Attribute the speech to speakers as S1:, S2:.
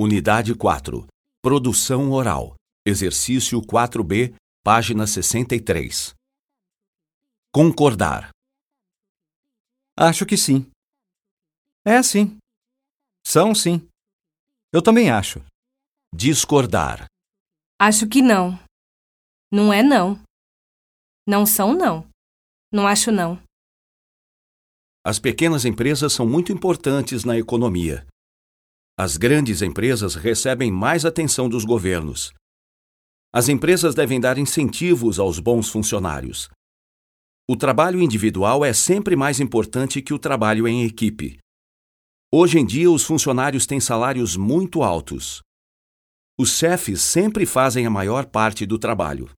S1: Unidade 4. Produção oral. Exercício 4B, página 63. Concordar.
S2: Acho que sim. É sim. São sim. Eu também acho.
S1: Discordar.
S3: Acho que não. Não é não. Não são não. Não acho não.
S1: As pequenas empresas são muito importantes na economia. As grandes empresas recebem mais atenção dos governos. As empresas devem dar incentivos aos bons funcionários. O trabalho individual é sempre mais importante que o trabalho em equipe. Hoje em dia, os funcionários têm salários muito altos. Os chefes sempre fazem a maior parte do trabalho.